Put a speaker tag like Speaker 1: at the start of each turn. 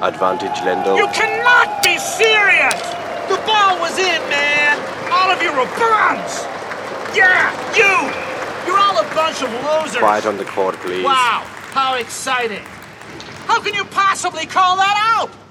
Speaker 1: Advantage, Lendo.
Speaker 2: You cannot be serious! The ball was in, man! All of you are bums! Yeah, you! You're all a bunch of losers!
Speaker 1: Quiet on the court, please.
Speaker 2: Wow, how exciting! How can you possibly call that out?